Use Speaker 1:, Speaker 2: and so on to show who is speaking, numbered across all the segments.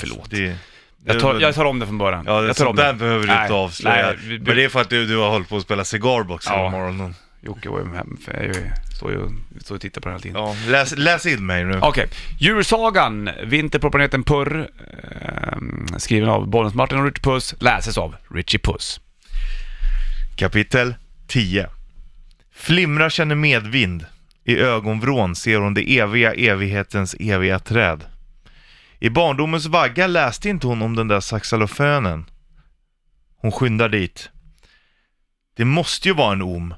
Speaker 1: förlåt.
Speaker 2: Det,
Speaker 1: Jag tar, jag tar om det från början.
Speaker 2: Ja,
Speaker 1: jag tar
Speaker 2: sånt
Speaker 1: om
Speaker 2: där behöver du
Speaker 1: Nej,
Speaker 2: inte avslöja.
Speaker 1: nej, vi-
Speaker 2: Men det är för att du, du har hållit på att spela cigarbox hela
Speaker 1: Ja.
Speaker 2: morgonen.
Speaker 1: Jocke var ju hem, för jag är ju- står ju står och tittar på det hela tiden.
Speaker 2: Ja, läs, läs in mig nu.
Speaker 1: Okej, Djursagan, Vinter på planeten Purr, ehm, skriven av Bollnäs-Martin och Richie Puss, läses av Richie Puss.
Speaker 2: Kapitel 10 Flimra känner medvind. I ögonvrån ser hon det eviga evighetens eviga träd. I barndomens vagga läste inte hon om den där saxalofönen. Hon skyndar dit. Det måste ju vara en om.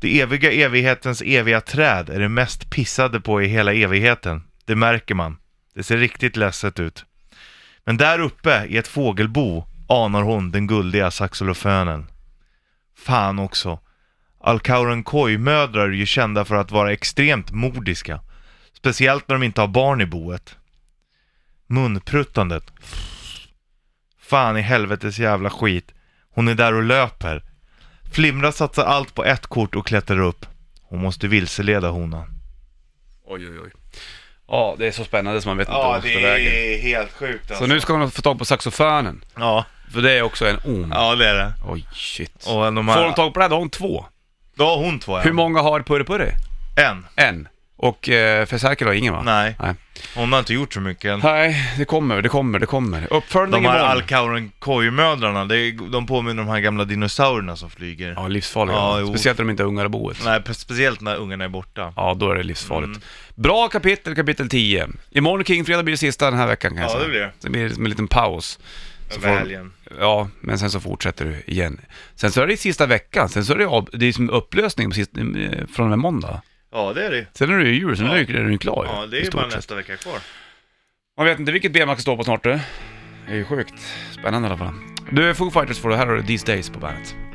Speaker 2: Det eviga evighetens eviga träd är det mest pissade på i hela evigheten. Det märker man. Det ser riktigt ledset ut. Men där uppe i ett fågelbo anar hon den guldiga saxalofönen. Fan också. Alcauren kojmödrar är ju kända för att vara extremt mordiska. Speciellt när de inte har barn i boet. Munpruttandet. Fan i helvetes jävla skit. Hon är där och löper. Flimra satsar allt på ett kort och klättrar upp. Hon måste vilseleda honan.
Speaker 1: Oj, oj, oj. Ja, det är så spännande som man vet inte vart det tar vägen.
Speaker 2: är helt sjukt alltså.
Speaker 1: Så nu ska hon få tag på saxofonen,
Speaker 2: Ja,
Speaker 1: för det är också en on.
Speaker 2: ja det är det.
Speaker 1: Oj, shit.
Speaker 2: Och de här...
Speaker 1: Får hon tag på det här, då har hon två.
Speaker 2: Då har hon två
Speaker 1: Hur
Speaker 2: än.
Speaker 1: många har Purre Purre?
Speaker 2: En.
Speaker 1: En. Och eh, Fersärkel har ingen va?
Speaker 2: Nej.
Speaker 1: Nej.
Speaker 2: Hon har inte gjort så mycket än.
Speaker 1: Nej, det kommer, det kommer, det kommer. Uppföljning
Speaker 2: De här
Speaker 1: imorgon.
Speaker 2: alkauren kojmödrarna, det är- de påminner om de här gamla dinosaurierna som flyger.
Speaker 1: Ja, livsfarliga.
Speaker 2: Ja, jo.
Speaker 1: Speciellt när de inte har ungar i boet.
Speaker 2: Nej, Mm. pe- speciellt när ungarna är borta.
Speaker 1: Ja, då är det livsfarligt. Bra kapitel, kapitel 10. Imorgon Kingfredag blir det sista den här veckan kan jag
Speaker 2: Ja,
Speaker 1: säga.
Speaker 2: det blir det.
Speaker 1: Sen blir det som en liten paus.
Speaker 2: Över
Speaker 1: får-
Speaker 2: helgen.
Speaker 1: Ja, men sen så fortsätter du igen. Sen så är det sista veckan, sen så är det, av, det är som upplösning på sist, eh, från den här måndag.
Speaker 2: Ja, det är det.
Speaker 1: Sen är det ju jul, sen
Speaker 2: Ja.
Speaker 1: är det ju- är den ju klar ju,
Speaker 2: Ja, det
Speaker 1: i
Speaker 2: är ju
Speaker 1: stort
Speaker 2: bara
Speaker 1: sett.
Speaker 2: nästa vecka kvar.
Speaker 1: Man vet inte vilket ben man ska stå på snart du. Det är ju sjukt. Spännande i alla fall. Du, Foo Fighters får du. Här har du These Days på bandet.